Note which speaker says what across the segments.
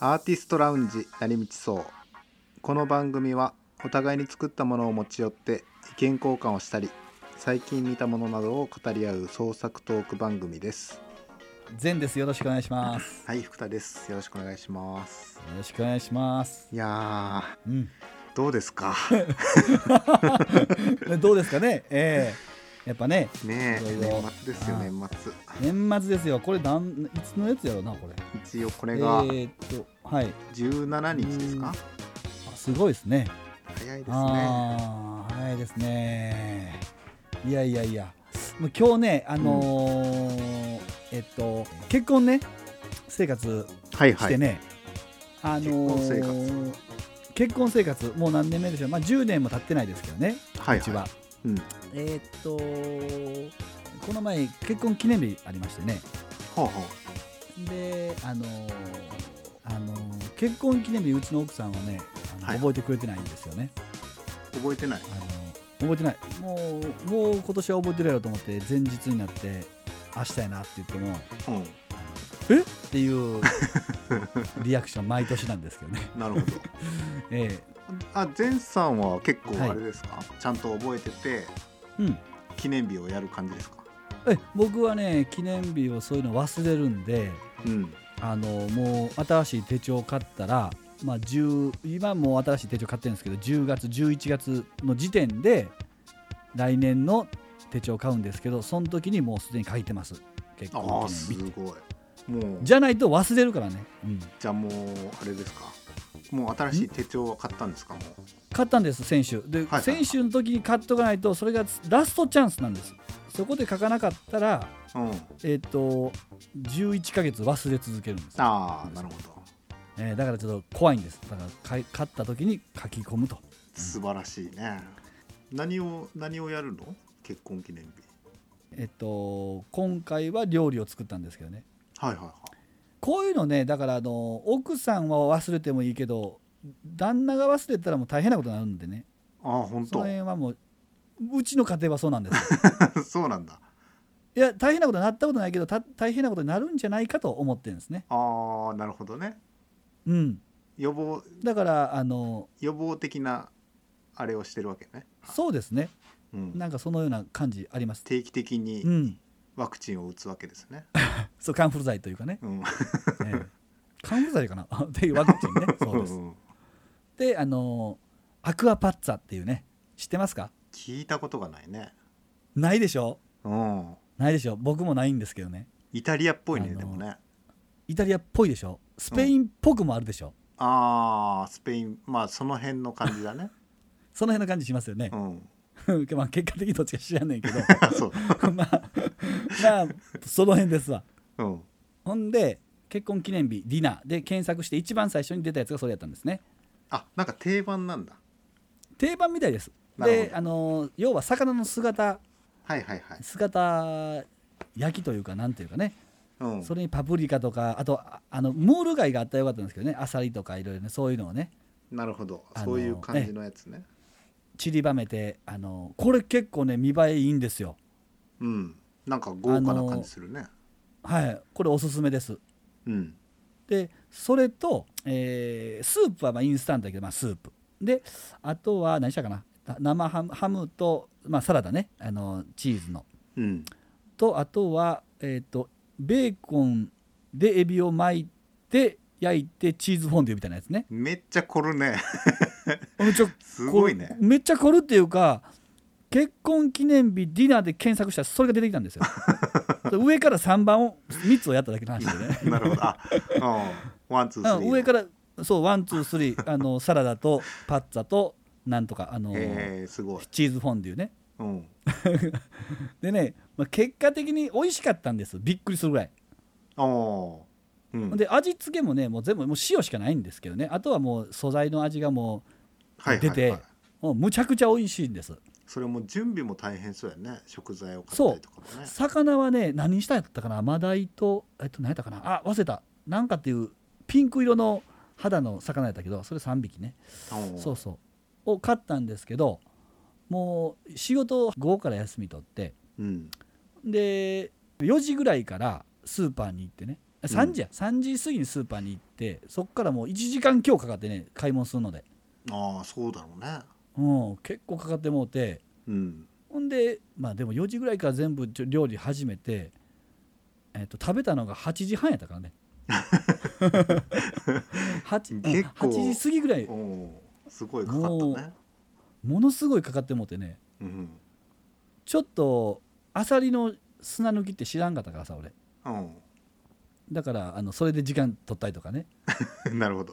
Speaker 1: アーティストラウンジ成道荘この番組はお互いに作ったものを持ち寄って意見交換をしたり最近見たものなどを語り合う創作トーク番組です
Speaker 2: 善ですよろしくお願いします
Speaker 1: はい福田ですよろしくお願いします
Speaker 2: よろしくお願いします
Speaker 1: いやー
Speaker 2: うん
Speaker 1: どうです か
Speaker 2: どうですかねええやっぱね
Speaker 1: ねえ
Speaker 2: いろいろ
Speaker 1: 年末ですよ
Speaker 2: あー
Speaker 1: 年末
Speaker 2: 年末ですよこれなんいつのやつやろうなこれ
Speaker 1: 一応これが
Speaker 2: えーっとはい
Speaker 1: 17日ですか
Speaker 2: あすごいですね
Speaker 1: 早いですね
Speaker 2: ああー早いですねいやいやいやもう今日ねあのーえっと結婚ね生活
Speaker 1: はい
Speaker 2: し
Speaker 1: は
Speaker 2: て
Speaker 1: い
Speaker 2: ね、あの
Speaker 1: 結婚
Speaker 2: ー結婚生活もう何年目でしょう、まあ、10年も経ってないですけどね
Speaker 1: はいう
Speaker 2: ちは、
Speaker 1: はうん
Speaker 2: えーっとこの前結婚記念日ありましてね
Speaker 1: ほうほう
Speaker 2: であのーあのー結婚記念日うちの奥さんはねあの
Speaker 1: はい
Speaker 2: 覚えてくれてないんですよね、
Speaker 1: 覚えてない
Speaker 2: あのー覚えてないもうもう今年は覚えてるやろと思って前日になって明日やなって言っても
Speaker 1: う
Speaker 2: えっていうリアクション毎年なんですけどね、
Speaker 1: んな るほど
Speaker 2: ええ
Speaker 1: あ前さんは結構
Speaker 2: はい
Speaker 1: あれですか、ちゃんと覚えてて
Speaker 2: うん、
Speaker 1: 記念日をやる感じですか
Speaker 2: え僕はね記念日をそういうの忘れるんで
Speaker 1: うん
Speaker 2: あのもう新しい手帳買ったら、まあ、10今もう新しい手帳買ってるんですけど10月11月の時点で来年の手帳買うんですけどその時にもうすでに書いてます結
Speaker 1: あ
Speaker 2: 構
Speaker 1: ーす
Speaker 2: 記念日
Speaker 1: ごいもうじ
Speaker 2: じゃないと忘れるからね、うん、
Speaker 1: ゃあもうあれですかもう新しい手帳を買ったんですかもう
Speaker 2: 買ったんです選手で、
Speaker 1: はい
Speaker 2: 選手の時に買っとかないとそれがラストチャンスなんですそこで書かなかったら
Speaker 1: うん
Speaker 2: えっ、と11ヶ月忘れ続けるんです
Speaker 1: ああなるほど
Speaker 2: えーだからちょっと怖いんですだからかい勝った時に書き込むと
Speaker 1: 素晴らしいね何を何をやるの結婚記念日
Speaker 2: えっと今回は料理を作ったんですけどね
Speaker 1: はいはいはい
Speaker 2: こういうのねだからあの奥さんは忘れてもいいけど旦那が忘れたらもう大変なことになるんでね
Speaker 1: ああ本
Speaker 2: そ
Speaker 1: 当
Speaker 2: の辺はもううちの家庭はそうなんです
Speaker 1: そうなんだ
Speaker 2: いや大変なことになったことないけどた大変なことになるんじゃないかと思ってるんですね
Speaker 1: ああなるほどね
Speaker 2: うん
Speaker 1: 予防
Speaker 2: だからあの
Speaker 1: 予防的なあれをしてるわけね、
Speaker 2: そうですね
Speaker 1: うん、
Speaker 2: なんかそのような感じあります
Speaker 1: 定期的
Speaker 2: う
Speaker 1: に
Speaker 2: ん
Speaker 1: ワクチンを打つわけですね、、
Speaker 2: そうカンフル剤というかね
Speaker 1: うん、
Speaker 2: ええカンフル剤かな っていうワクチンねそう です
Speaker 1: ん
Speaker 2: であのアクアパッツァっていうね知ってますか
Speaker 1: 聞いたことがないね
Speaker 2: ないでしょ
Speaker 1: うん
Speaker 2: ないでしょ僕もないんですけどね
Speaker 1: イタリアっぽいね
Speaker 2: あの
Speaker 1: でもね
Speaker 2: イタリアっぽいでしょスペインっぽくもあるでしょ、
Speaker 1: あースペインまあその辺の感じだ ね
Speaker 2: その辺の感じしますよね
Speaker 1: う、ん
Speaker 2: まあ結果的にどっちか知らんねんけど
Speaker 1: あそう
Speaker 2: まあまあその辺ですわ
Speaker 1: うん
Speaker 2: ほんで結婚記念日ディナーで検索して一番最初に出たやつがそれやったんですね
Speaker 1: あなんか定番なんだ
Speaker 2: 定番みたいです
Speaker 1: なるほど
Speaker 2: であの要は魚の姿
Speaker 1: はいはいはい
Speaker 2: 姿焼きというかなんというかね
Speaker 1: うん
Speaker 2: それにパプリカとかあとああのムール貝があったらよかったんですけどねアサリとかいろいろねそういうのをね
Speaker 1: なるほど
Speaker 2: あの
Speaker 1: そういう感じのやつね
Speaker 2: 散りばめてあのこれ結構ね見栄えいいんですよ
Speaker 1: うんなんか豪華な感じするね
Speaker 2: はいこれおすすめです
Speaker 1: うん
Speaker 2: でそれと、えースープはまあインスタントだけど、まあ、スープであとは何したかなあ生ハムハムと、まあ、サラダねあのチーズの
Speaker 1: うん
Speaker 2: とあとは、えー、とベーコンでエビを巻いて焼いてチーズフォンデュみたいなやつね
Speaker 1: めっちゃ凝るね
Speaker 2: めっちゃ
Speaker 1: すごいね
Speaker 2: こうめっちゃ凝るっていうか結婚記念日ディナーで検索したらそれが出てきたんで すよ上から3番を3つをやっただけの話 でね
Speaker 1: なるほどあうんワンツース
Speaker 2: う
Speaker 1: リ
Speaker 2: ん
Speaker 1: ー
Speaker 2: 上かららそうワンツースリーあのサラダとパッツァとなんとかあの、
Speaker 1: えー、すごい
Speaker 2: チーズフォンデュね
Speaker 1: うん
Speaker 2: でね、まあ、結果的に美味しかったんですびっくりするぐらい、
Speaker 1: おーうん
Speaker 2: で味付けもねもう全部もう塩しかないんですけどねあとはもう素材の味がも
Speaker 1: はい
Speaker 2: 出
Speaker 1: はい
Speaker 2: て
Speaker 1: はい、
Speaker 2: うもうむちゃくちゃ美味しいんです
Speaker 1: それも準備も大変そうやね食材を買ったりとかもね
Speaker 2: 魚はね何したんやったかなマダイとえっと何やったかなあ忘れたなんかっていうピンク色の肌の魚やったけどそれ3匹ね
Speaker 1: うん
Speaker 2: そうそうを買ったんですけどもう仕事午後から休み取って
Speaker 1: うん
Speaker 2: で4時ぐらいからスーパーに行ってね3時や、3時過ぎにスーパーに行ってそっからもう1時間強かかってね買い物するので、
Speaker 1: ああそうだろうね
Speaker 2: うん、結構かかってもうて
Speaker 1: うん
Speaker 2: ほんでまあでも4時ぐらいから全部ちょ料理始めて、えっと食べたのが8時半やったか らね 8,
Speaker 1: 結構
Speaker 2: 8時過ぎぐらい
Speaker 1: おおすごいかかったね
Speaker 2: ものすごいかかってもうてね
Speaker 1: うん
Speaker 2: ちょっとアサリの砂抜きって知らんかったからさ俺
Speaker 1: う
Speaker 2: だからあのそれで時間取ったりとかね
Speaker 1: ん なるほど、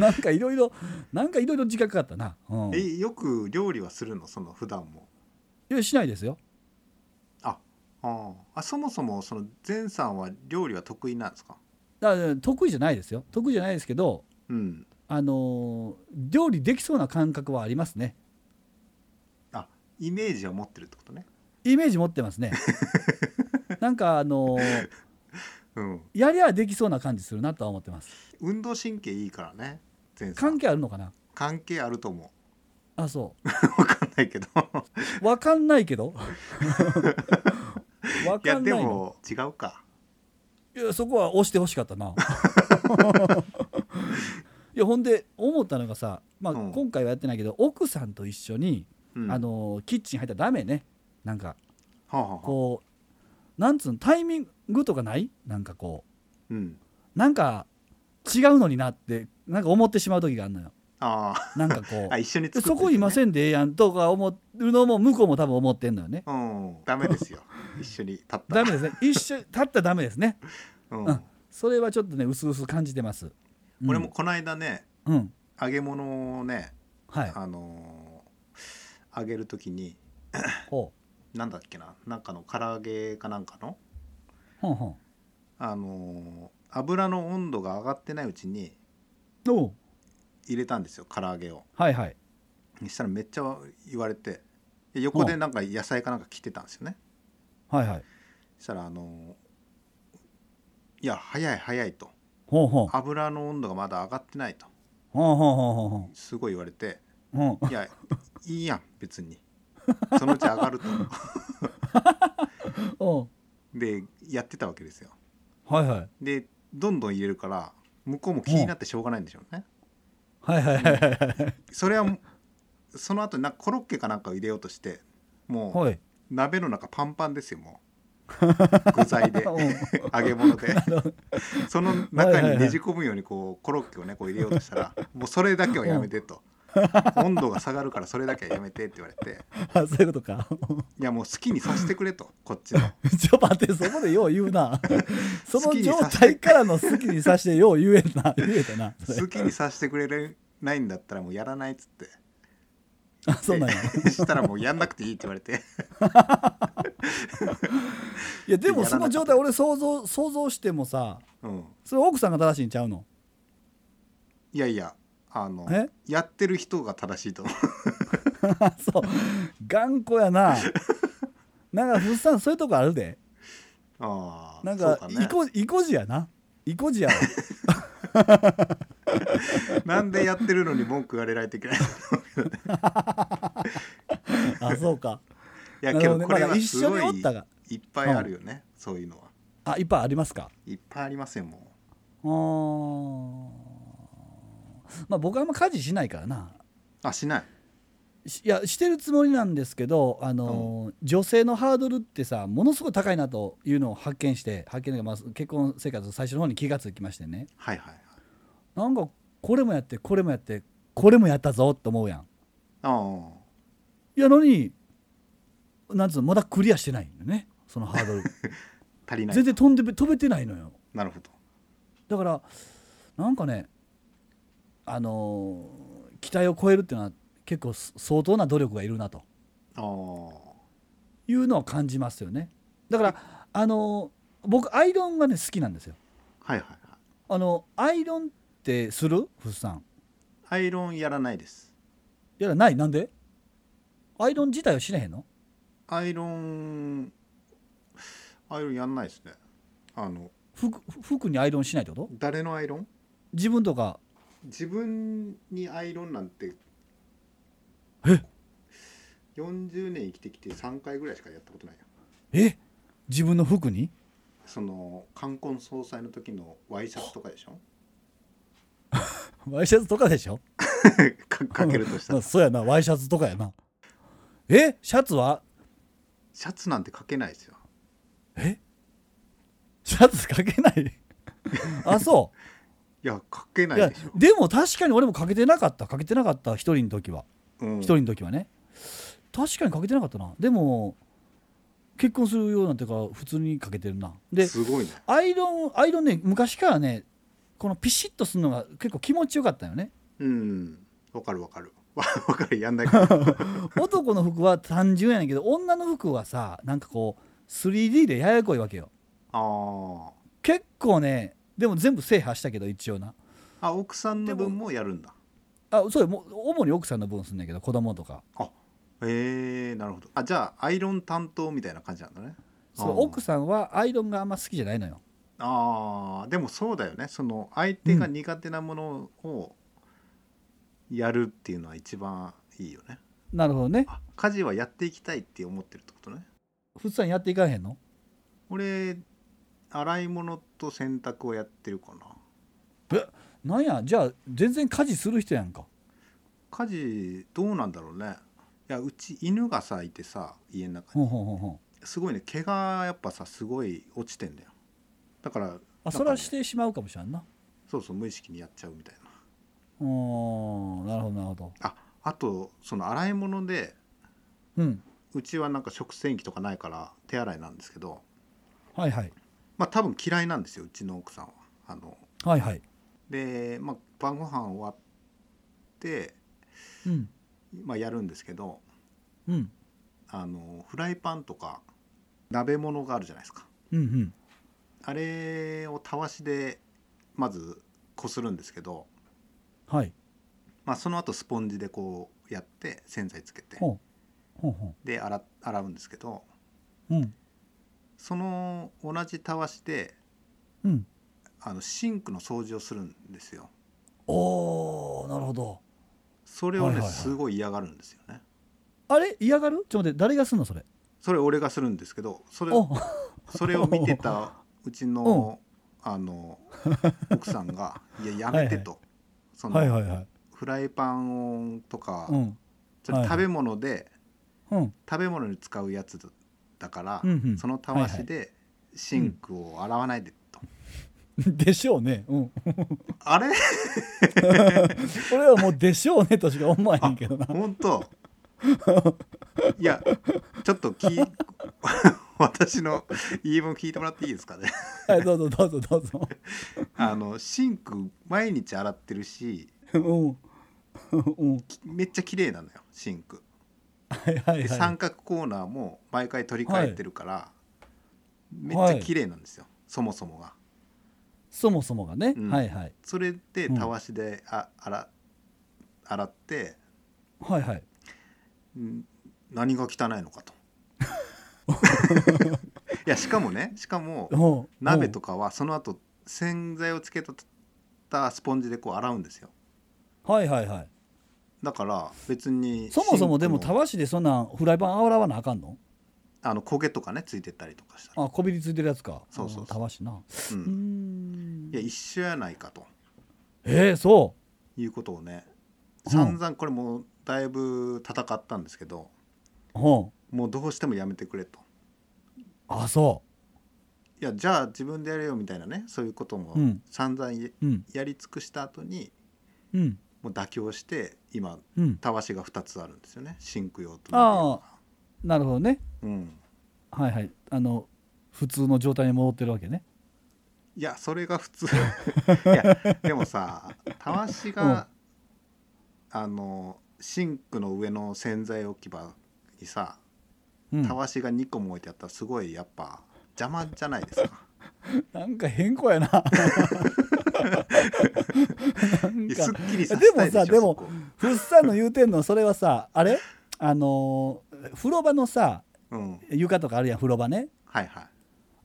Speaker 2: なんかいろいろなんかいろいろ時間かかったな、うん、い
Speaker 1: えよく料理はするのその普段も
Speaker 2: やしないですよ
Speaker 1: あああそもそもその善さんは料理は得意なんですか
Speaker 2: だから得意じゃないですよ得意じゃないですけど
Speaker 1: うん
Speaker 2: あのー料理できそうな感覚はありますね
Speaker 1: イメージは持ってるってことね
Speaker 2: イメージ持ってます ねなんかあのー
Speaker 1: うん
Speaker 2: やりゃできそうな感じするなとは思ってます
Speaker 1: 運動神経いいからね善さん
Speaker 2: 関係あるのかな
Speaker 1: 関係あると思
Speaker 2: あそう
Speaker 1: わかんないけど
Speaker 2: うわかんないけ どわ
Speaker 1: い
Speaker 2: か
Speaker 1: や
Speaker 2: ん
Speaker 1: で
Speaker 2: ないの
Speaker 1: も違うか
Speaker 2: いやそこは押してほしかっ たないやほんで思ったのがさ、まあ、
Speaker 1: うん
Speaker 2: 今回はやってないけど、奥さんと一緒に、
Speaker 1: うん
Speaker 2: あのキッチン入ったらダメねなんか
Speaker 1: はあはあはあ
Speaker 2: こうなんつうのタイミングとかないなんかこ
Speaker 1: うん
Speaker 2: うなんか違うのになってなんか思ってしまう時があるのよ
Speaker 1: あ
Speaker 2: なんかこ
Speaker 1: あ
Speaker 2: う、
Speaker 1: あ一緒に作って
Speaker 2: そこいま
Speaker 1: ん
Speaker 2: せんでええやんとか思うのも向こうも多分思ってんのよ ね
Speaker 1: うんダメですよ一緒に立った
Speaker 2: ダメですね一緒に立ったらダメですね
Speaker 1: うん
Speaker 2: うんそれはちょっとね薄々感じてます、うん
Speaker 1: 俺もこの間ね
Speaker 2: うん
Speaker 1: 揚げ物をね
Speaker 2: はい
Speaker 1: あのー揚げるときに
Speaker 2: ほう
Speaker 1: なんだっけななんかの唐揚げかなんかの
Speaker 2: ほんほん
Speaker 1: あのー油の温度が上がってないうちに
Speaker 2: おう
Speaker 1: 入れたんですよ唐揚げを
Speaker 2: はいはい
Speaker 1: したらめっちゃ言われてで横でなんか野菜かなんか切ってたんですよね
Speaker 2: はいはい
Speaker 1: そしたらあのーいや早い早いと
Speaker 2: ほうほう
Speaker 1: 油の温度がまだ上がってないと
Speaker 2: ほうほうほうほうほ
Speaker 1: すごい言われて
Speaker 2: うほう
Speaker 1: いやいいやん別にそのうち上がると
Speaker 2: おう
Speaker 1: でやってたわけですよ
Speaker 2: はいはい
Speaker 1: でどんどん入れるから向こうも気になってしょうがないんでしょうね
Speaker 2: はいはいはいはい
Speaker 1: それはもうその後になんかコロッケかなんかを入れようとしても
Speaker 2: はいう
Speaker 1: 鍋の中パンパンですよもう具材で
Speaker 2: おう
Speaker 1: 揚げ物 でその中にねじ込むようにこうコロッケをねこう入れようとしたらもうそれだけはやめてと温度が下がるからそれだけはやめてって言われて
Speaker 2: あそういうことか
Speaker 1: いやもう好きにさせてくれとこっちの
Speaker 2: ちょ待ってそこでよう言うなそ
Speaker 1: 好
Speaker 2: の
Speaker 1: きに
Speaker 2: 状
Speaker 1: させ
Speaker 2: 態からの好きにさしてよう言えんな言えたなそれ
Speaker 1: 好きにさせてくれるないんだったらもうやらないっつって
Speaker 2: あそうなんや
Speaker 1: したらもうやんなくていいって言われて
Speaker 2: いやでもその状態俺想像想像してもさ
Speaker 1: うん
Speaker 2: それ奥さんが正しいんちゃうの
Speaker 1: いやいやあの
Speaker 2: え
Speaker 1: やってる人が正しいと思う
Speaker 2: あそう頑固やななんかふっさんそういうとこあるで
Speaker 1: ああ
Speaker 2: なんか
Speaker 1: そう
Speaker 2: い
Speaker 1: ね、
Speaker 2: こいこじやな。いこじやわ。
Speaker 1: なんでやってるのに文句言われないといけ ないい
Speaker 2: あ、そうか。
Speaker 1: や
Speaker 2: な
Speaker 1: け
Speaker 2: るほ
Speaker 1: ど
Speaker 2: ど
Speaker 1: こ
Speaker 2: ね
Speaker 1: れ
Speaker 2: ま
Speaker 1: は
Speaker 2: だ一
Speaker 1: す
Speaker 2: 緒
Speaker 1: ご
Speaker 2: に
Speaker 1: い
Speaker 2: おったが。
Speaker 1: いっぱいあるよね、そういうのは
Speaker 2: あ、いっぱいありますか。
Speaker 1: いっぱいありますよも
Speaker 2: あーまあ僕はあんま家事しないからな。
Speaker 1: うあしない
Speaker 2: しいやしてるつもりなんですけど、あのー女性のハードルってさものすごい高いなというのを発見して発見というかまあ結婚生活の最初の方に気がつきましてね
Speaker 1: はいはいはい
Speaker 2: なんかこれもやってこれもやってこれもやったぞと思うやん
Speaker 1: ああ
Speaker 2: いやのになんつうのまだクリアしてないんだよねその ハードル
Speaker 1: 足りない
Speaker 2: 全然飛んで飛べてないのよ
Speaker 1: なるほど
Speaker 2: だからなんかねあのー期待を超えるっていうのは結構す相当な努力がいるなと
Speaker 1: あ
Speaker 2: いうのは感じますよねだからあのー僕アイロンがね好きなんですよ
Speaker 1: あはいはいはい
Speaker 2: あのアイロンってするふっさん
Speaker 1: アイロンやらないです
Speaker 2: いやないなんでアイロン自体はしれへんの
Speaker 1: アイロンアイロンやんないですねあの
Speaker 2: 服服にアイロンしないってこと
Speaker 1: 誰のアイロン
Speaker 2: 自分とか
Speaker 1: 自分にアイロンなんて
Speaker 2: え
Speaker 1: 40年生きてきて3回ぐらいしかやったことないよ
Speaker 2: え自分の服に
Speaker 1: その冠婚葬祭の時のワイシャツとかで しょ
Speaker 2: ワイシャツとかでしょ
Speaker 1: かかけるとした
Speaker 2: う
Speaker 1: ら
Speaker 2: んそうやなワイシャツとかやなえシャツは
Speaker 1: シャツなんてかけないですよ
Speaker 2: えシャツかけない あそう
Speaker 1: いやかけない
Speaker 2: や
Speaker 1: でしょ
Speaker 2: でも確かに俺もかけてなかったかけてなかった一人の時は
Speaker 1: うん
Speaker 2: 一、人の時はね確かにかけてなかったなでも結婚するようになってから普通にかけてるなです
Speaker 1: ごいね
Speaker 2: アイロンアイロンね昔からねこのピシッとするのが結構気持ちよかったよね
Speaker 1: うんわかるわかる わわかるや んないから
Speaker 2: 男の服は単純やねんけど女の服はさなんかこう 3D でややこいわけよ
Speaker 1: あー
Speaker 2: 結構ねでも全部制覇したけど一応な
Speaker 1: あ奥さんの分もやるんだ
Speaker 2: あそうよもう主に奥さんの分すんねんけど子供とか
Speaker 1: えー、なるほどあじゃあアイロン担当みたいな感じなんだね
Speaker 2: そ
Speaker 1: あ
Speaker 2: う
Speaker 1: ー
Speaker 2: 奥さんはアイロンがあんま好きじゃないのよ
Speaker 1: あーでもそうだよねその相手が苦手なものをやるっていうのは一番いいよね、
Speaker 2: なるほどね
Speaker 1: あ家事はやっていきたいって思ってるってことね
Speaker 2: 普通にやっていかへんの
Speaker 1: 俺洗い物と洗濯をやってるかな
Speaker 2: なんやじゃあ全然家事する人やんか
Speaker 1: 家事どうなんだろうねいやうち犬がさいてさ家の中に
Speaker 2: ほんほんほんほん
Speaker 1: すごいね毛がやっぱさすごい落ちてんだよだから
Speaker 2: あそれはしてしまうかもしれんな
Speaker 1: そうそう無意識にやっちゃうみたいな
Speaker 2: うーんなるほどなるほど
Speaker 1: ああとその洗い物で
Speaker 2: うん
Speaker 1: うちはなんか食洗機とかないから手洗いなんですけど
Speaker 2: はいはい
Speaker 1: まあ多分嫌いなんですようちの奥さんはあの
Speaker 2: はいはい
Speaker 1: で、まあ、晩ご飯終わって、
Speaker 2: うん
Speaker 1: まあ、やるんですけど
Speaker 2: うん
Speaker 1: あのフライパンとか鍋物があるじゃないですか
Speaker 2: うんうん
Speaker 1: あれをたわしでまずこするんですけど、
Speaker 2: はい
Speaker 1: まあ、その後スポンジでこうやって洗剤つけて
Speaker 2: ほうほうほ
Speaker 1: で洗洗うんですけど
Speaker 2: ううん
Speaker 1: その同じたわしで
Speaker 2: うん
Speaker 1: あのシンクの掃除をするんですよ
Speaker 2: おーなるほど
Speaker 1: それをね、
Speaker 2: はいはいはい
Speaker 1: すごい嫌がるんですよね
Speaker 2: あれ嫌がるちょっと待って誰がすんのそれ
Speaker 1: それ俺がするんですけどそれ
Speaker 2: お
Speaker 1: それを見てたうちの、あ の奥さんが「いややめてと」その、
Speaker 2: はいはいはい
Speaker 1: フライパンとか、
Speaker 2: うん
Speaker 1: それ
Speaker 2: はい
Speaker 1: 食べ物で、
Speaker 2: うん
Speaker 1: 食べ物に使うやつだから、
Speaker 2: うんうん
Speaker 1: そのたわしでシンクを洗わないでと、
Speaker 2: でしょうねうん
Speaker 1: あれ
Speaker 2: 俺はもうでしょうねとしか思わへんけどな
Speaker 1: 本 当いやちょっとき 私の言い分聞いてもらっていいですかね
Speaker 2: はいどうぞどうぞどうぞ
Speaker 1: あのシンク毎日洗ってるし
Speaker 2: うんうん
Speaker 1: きめっちゃ綺麗なのよシンク
Speaker 2: はいはい
Speaker 1: で
Speaker 2: はい
Speaker 1: 三角コーナーも毎回取り替えてるから、めっちゃ綺麗なんですよ、そもそもが
Speaker 2: そもそもがね、
Speaker 1: うん
Speaker 2: はいはい
Speaker 1: それで
Speaker 2: うん
Speaker 1: たわしであ洗洗って
Speaker 2: はいはい
Speaker 1: ん何が汚いの かといやしかもねしかも
Speaker 2: おう
Speaker 1: 鍋とかはその後洗剤をつけたたスポンジでこう洗うんですよ
Speaker 2: おうはいはいはい
Speaker 1: だから別に
Speaker 2: そもそもでも
Speaker 1: シン
Speaker 2: た
Speaker 1: ク
Speaker 2: わしでそんなんフライパン洗わなあかんの
Speaker 1: あの焦げとかねついてったりとかしたら、
Speaker 2: あこびりついてるやつか
Speaker 1: そうそうそう
Speaker 2: あたわしな
Speaker 1: う
Speaker 2: うんーん
Speaker 1: いや一緒やないかと
Speaker 2: えー、そ
Speaker 1: いうことをね
Speaker 2: うん
Speaker 1: 散々これもうだいぶ戦ったんですけど
Speaker 2: ううん
Speaker 1: もうどうしてもやめてくれと
Speaker 2: あそ
Speaker 1: いやじゃあ自分でやれよみたいなねそういうことも
Speaker 2: うん
Speaker 1: 散々や
Speaker 2: ううん
Speaker 1: やり尽くした後に
Speaker 2: うん
Speaker 1: もう妥協して今
Speaker 2: うん
Speaker 1: たわしが2つあるんですよねシンク用と
Speaker 2: あなるほどね
Speaker 1: うん
Speaker 2: はいはいあの普通の状態に戻ってるわけね
Speaker 1: いやそれが普 通いやでもさたわしが、あのシンクの上の洗剤置き場にさ
Speaker 2: うん
Speaker 1: たわしが2個も置いてあったらすごいやっぱ邪魔じゃない ですか。
Speaker 2: なんか変更やななん
Speaker 1: いや
Speaker 2: か
Speaker 1: すっきりさせたいでしょ
Speaker 2: でもさ
Speaker 1: そこ
Speaker 2: ふっさんの言うてんのそれはさあれあのー風呂場のさ
Speaker 1: うん
Speaker 2: 床とかあるやん風呂場ね
Speaker 1: はいはい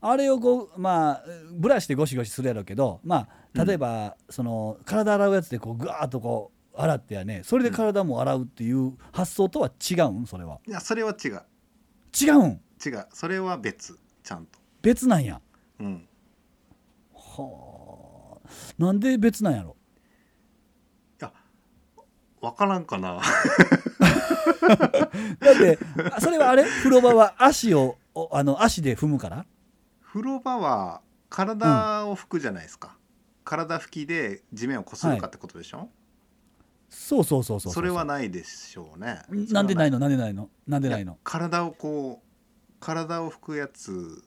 Speaker 2: あれをこうまあブラシでゴシゴシするやろうけどまあ例えば、その体洗うやつでこうグワーッとこう洗ってやねそれで体も洗うっていう発想とは違うんそれはい
Speaker 1: やそれは違う
Speaker 2: 違うん
Speaker 1: 違うそれは別ちゃんと
Speaker 2: 別なんや
Speaker 1: うん
Speaker 2: はあなんで別なんやろ
Speaker 1: 分からんかな
Speaker 2: だってあそれはあれ風呂場は足をおあの足で踏むから
Speaker 1: 風呂場は体を拭くじゃないですか、体拭きで地面をこするかってことでしょ、
Speaker 2: そうそうそうそうう
Speaker 1: それはないでしょうね
Speaker 2: なんでないいのなんでないのなんでないの
Speaker 1: や体をこう体を拭くやつ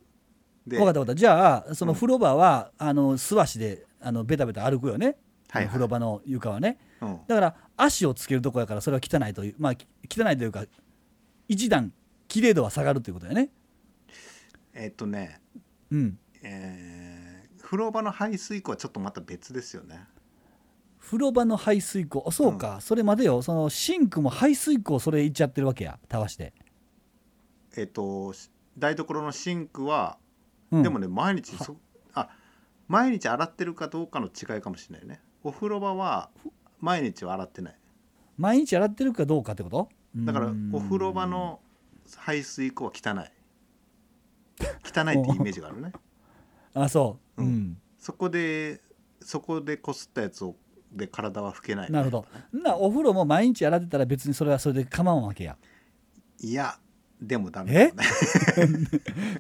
Speaker 1: で
Speaker 2: 分かった分かったじゃあその
Speaker 1: うん
Speaker 2: 風呂場は、あの素足であのベタベタ歩くよね、
Speaker 1: はいはい
Speaker 2: 風呂場の床はね
Speaker 1: うん、
Speaker 2: だから足をつけるとこやからそれは汚いというまあき汚いというか一段綺麗度は下がるということだよね
Speaker 1: えっとね、
Speaker 2: うん
Speaker 1: えー風呂場の排水口はちょっとまた別ですよね
Speaker 2: 風呂場の排水口あそうか、それまでよそのシンクも排水口それいっちゃってるわけやたわして、
Speaker 1: えっとし台所のシンクは、
Speaker 2: うん
Speaker 1: でもね毎日そあ毎日洗ってるかどうかの違いかもしれないねお風呂場は毎日は洗ってない
Speaker 2: 毎日洗ってるかどうかってこと
Speaker 1: だから
Speaker 2: うん
Speaker 1: お風呂場の排水口は汚い汚いってイメージがあ るね
Speaker 2: あそう、う
Speaker 1: うん
Speaker 2: ん
Speaker 1: そこでそこでこすったやつをで体は拭けない、
Speaker 2: なるほどなお風呂も毎日洗ってたら別にそれはそれで構わんわけや
Speaker 1: いやでもダメだね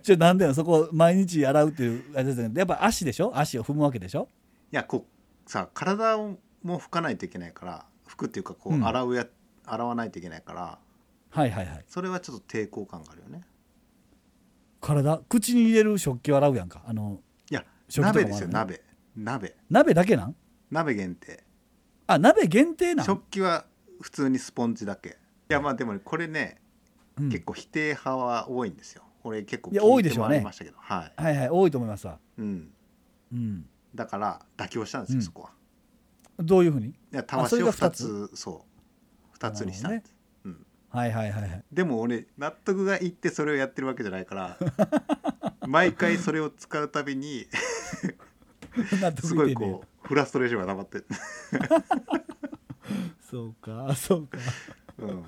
Speaker 2: じゃあなんだよそこ毎日洗うっていうあれですねやっぱ足でしょ足を踏むわけでしょ
Speaker 1: いやこうさ体をも拭かないといけないから拭くっていうかこ
Speaker 2: う
Speaker 1: うん洗うや、洗わないといけないから
Speaker 2: はいはいはい
Speaker 1: それはちょっと抵抗感があるよね
Speaker 2: 体口に入れる食器を洗うやんかあの
Speaker 1: いや
Speaker 2: 食器とかもあ
Speaker 1: 鍋
Speaker 2: る
Speaker 1: ですよ
Speaker 2: ね
Speaker 1: 鍋鍋
Speaker 2: 鍋だけなん
Speaker 1: 鍋限定
Speaker 2: あ鍋限定なん、
Speaker 1: 食器は普通にスポンジだけいやまあでもこれね、
Speaker 2: うん
Speaker 1: 結構否定派は多いんですよ俺結構
Speaker 2: いや多いでしょう
Speaker 1: も
Speaker 2: ね
Speaker 1: らいましたけどはい、
Speaker 2: はいはい多いと思いますわ
Speaker 1: うん、
Speaker 2: うん
Speaker 1: だから妥協したんですよ、
Speaker 2: うん
Speaker 1: そこは
Speaker 2: どういうふうに
Speaker 1: いやたわ
Speaker 2: そ
Speaker 1: し
Speaker 2: れ
Speaker 1: を
Speaker 2: が二
Speaker 1: 2
Speaker 2: つ
Speaker 1: つそう2つにしたんです、うん、
Speaker 2: はいはいはい はい
Speaker 1: でも俺納得がいってそれをやってるわけじゃないから 毎回それを使うたびに
Speaker 2: 納得
Speaker 1: すごい
Speaker 2: いってんねや
Speaker 1: こうフラストレーションが溜まって、
Speaker 2: そうかそうか
Speaker 1: うん、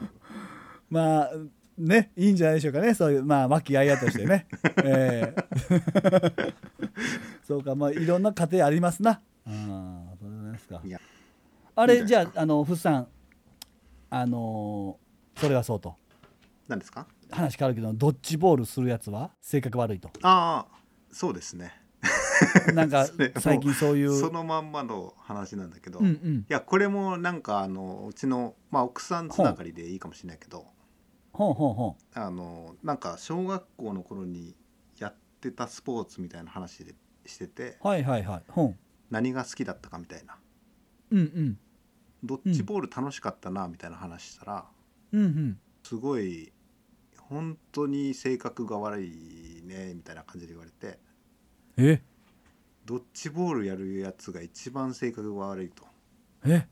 Speaker 2: まあねいいんじゃないでしょうかねそういうまあ和気あいあいとして ね、ええ そうかまあいろんな家庭ありますなああそうなんですか
Speaker 1: いや
Speaker 2: あ
Speaker 1: いい
Speaker 2: れ
Speaker 1: ん
Speaker 2: じ
Speaker 1: じゃ
Speaker 2: ゃああの福さんあのーそれはそうと
Speaker 1: 何ですか
Speaker 2: 話変わるけどドッジボールするやつは性格悪 いと
Speaker 1: ああそうですね
Speaker 2: なんか
Speaker 1: それもう
Speaker 2: 最近そういう
Speaker 1: そのまんまの話なんだけど、
Speaker 2: うんう
Speaker 1: い
Speaker 2: ん
Speaker 1: やこれもなんかあのうちの、まあ、奥さんつながりでいいかもしれないけど
Speaker 2: ほんほんほ
Speaker 1: あのなんか小学校の頃にやってたスポーツみたいな話でしてて
Speaker 2: んはいはいはいほん
Speaker 1: 何が好きだったかみたいな
Speaker 2: うんうん
Speaker 1: ドッジボール楽しかったなみたいな話したら、
Speaker 2: うんうん
Speaker 1: すごい本当に性格が悪いねみたいな感じで言われて
Speaker 2: え
Speaker 1: ドッジボールやるやつが一番性格が悪いと
Speaker 2: え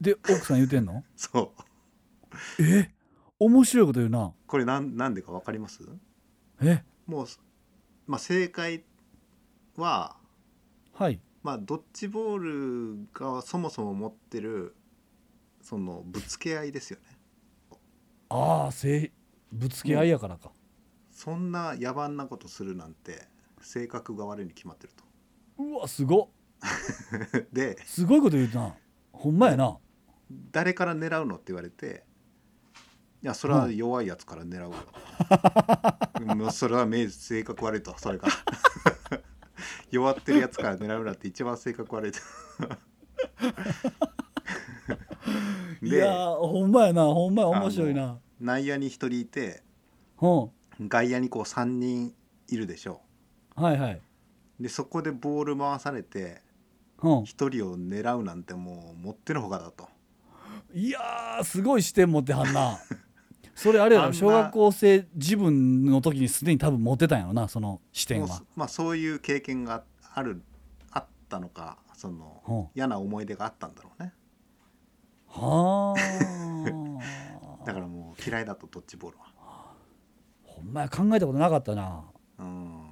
Speaker 2: で奥さん言うてんの
Speaker 1: そう
Speaker 2: え面白いこと言うな
Speaker 1: これなんなんでか分かります
Speaker 2: え
Speaker 1: もう、まあ、正解は、
Speaker 2: はい
Speaker 1: まあ、ドッジボールがそもそも持ってるそのぶつけ合いですよね
Speaker 2: ああせぶつけ合いやからか、
Speaker 1: そんな野蛮なことするなんて性格が悪いに決まってる
Speaker 2: うわすごっ
Speaker 1: と です
Speaker 2: ごいこと言うなほんまやな
Speaker 1: 誰から狙うのって言われていやそれは弱いやつから狙うわ、 もうそれは明治性格悪いとそれが 弱ってるやつから狙うなんて一番性格悪 いと
Speaker 2: いやーほんまやなほんまや面白いな
Speaker 1: 内野に1人いて
Speaker 2: ほ
Speaker 1: 外野にこう3人いるでしょ
Speaker 2: んはいはい
Speaker 1: でそこでボール回されて
Speaker 2: ほん
Speaker 1: 1人を狙うなんてもう持ってのほかだと
Speaker 2: いやーすごい視点持ってはんな それあれや
Speaker 1: あん
Speaker 2: ろ
Speaker 1: な
Speaker 2: 小学校生自分の時にすでに多分持ってたんやろなその視点
Speaker 1: もう
Speaker 2: は
Speaker 1: まあ、そういう経験があるあったのかその
Speaker 2: ほん
Speaker 1: 嫌な思い出があったんだろうね
Speaker 2: は
Speaker 1: だ
Speaker 2: あ
Speaker 1: からもう嫌いだとドッジボールは
Speaker 2: ほんまや考えたことなかったな
Speaker 1: うん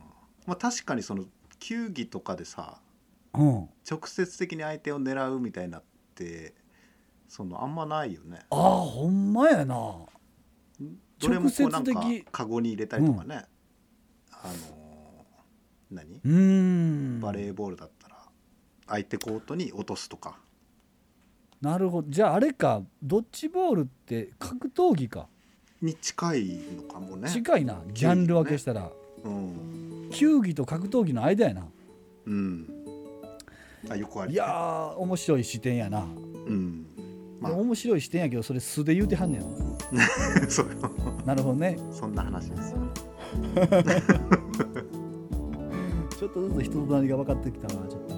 Speaker 1: まあ確かにその球技とかでさ
Speaker 2: うん
Speaker 1: 直接的に相手を狙うみたいなってそのあんまないよね
Speaker 2: ああほんまやな
Speaker 1: どれもこうなんか
Speaker 2: 直接的
Speaker 1: カゴに入れたりとかね、あの何
Speaker 2: うーん
Speaker 1: バレーボールだったら相手コートに落とすとか
Speaker 2: なるほどじゃああれかドッジボールって格闘技か
Speaker 1: に近いのかもね。
Speaker 2: 近いなジャンル分けしたら
Speaker 1: うん
Speaker 2: 球技と格闘技の間やな
Speaker 1: うん、あよくある
Speaker 2: いやー面白い視点やな、
Speaker 1: うん ま
Speaker 2: でも面白い視点やけどそれ素で言うてはんねん
Speaker 1: あそう
Speaker 2: なるほどね
Speaker 1: そんな話ですよ
Speaker 2: ちょっとずつ人となりが分かってきたなちょっと